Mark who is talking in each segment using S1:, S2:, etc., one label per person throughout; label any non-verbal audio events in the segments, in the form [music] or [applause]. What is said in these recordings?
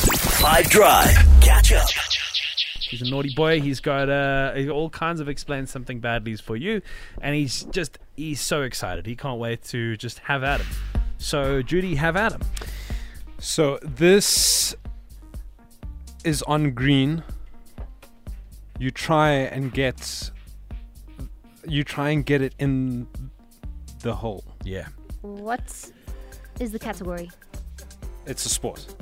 S1: Five Drive. Catch up.
S2: He's a naughty boy. He's got uh, all kinds of explain something badly for you, and he's just he's so excited. He can't wait to just have at him. So Judy, have at him.
S3: So this is on green. You try and get you try and get it in the hole.
S2: Yeah,
S4: What is the category?
S3: It's a sport.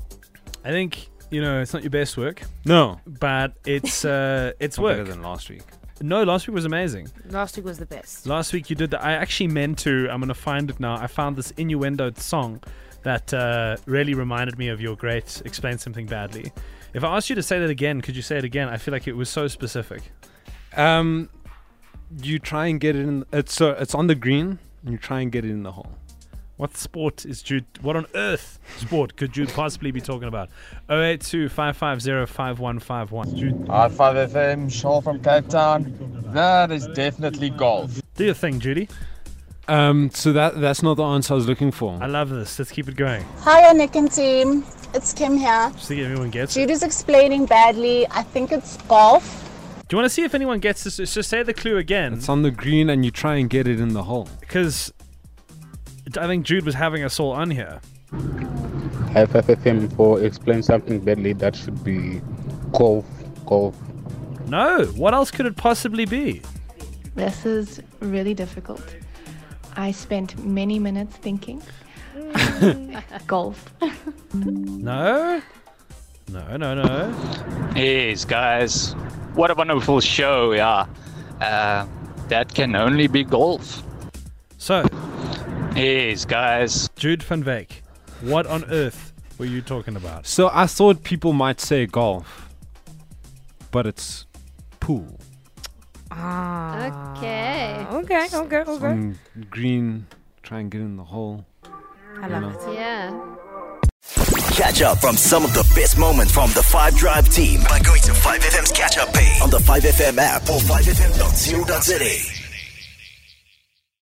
S2: I think you know it's not your best work,
S3: No.
S2: but it's
S3: [laughs]
S2: uh, it's
S3: It's better
S2: work.
S3: than last week.
S2: No, last week was amazing.
S4: Last week was the best.
S2: Last week you did that. I actually meant to. I'm gonna find it now. I found this innuendo song that uh, really reminded me of your great "Explain Something Badly." If I asked you to say that again, could you say it again? I feel like it was so specific.
S3: Um you try and get it in it's so it's on the green and you try and get it in the hole.
S2: What sport is Jude? What on earth sport could Jude possibly be talking about? 082 550 5151. Jude,
S5: High Five FM, Shaw from Cape Town. That is definitely golf.
S2: do your thing, Judy.
S3: Um so that that's not the answer I was looking for.
S2: I love this. Let's keep it going.
S6: Hiya, Nick and team. It's Kim here.
S2: Just think everyone gets it.
S6: Judy's explaining badly. I think it's golf.
S2: Do you want to see if anyone gets this? So say the clue again.
S3: It's on the green and you try and get it in the hole.
S2: Because I think Jude was having us all on here.
S7: High Five FM for explain something badly that should be golf, golf.
S2: No. What else could it possibly be?
S8: This is really difficult. I spent many minutes thinking.
S4: Mm.
S8: [laughs] Golf.
S2: No. No, no, no.
S9: Yes, guys. What a wonderful show, yeah. Uh, that can only be golf.
S2: So,
S9: Yes, guys.
S2: Jude Van Vake, what on earth were you talking about?
S3: So I thought people might say golf, but it's pool.
S4: Okay.
S10: Okay, okay, okay.
S3: On green, try and get in the hole.
S10: I love it.
S4: Yeah.
S1: Catch up from some of the best moments from the Five Drive team by going to 5FM's catch up page on the 5FM app or 5FM.co.za.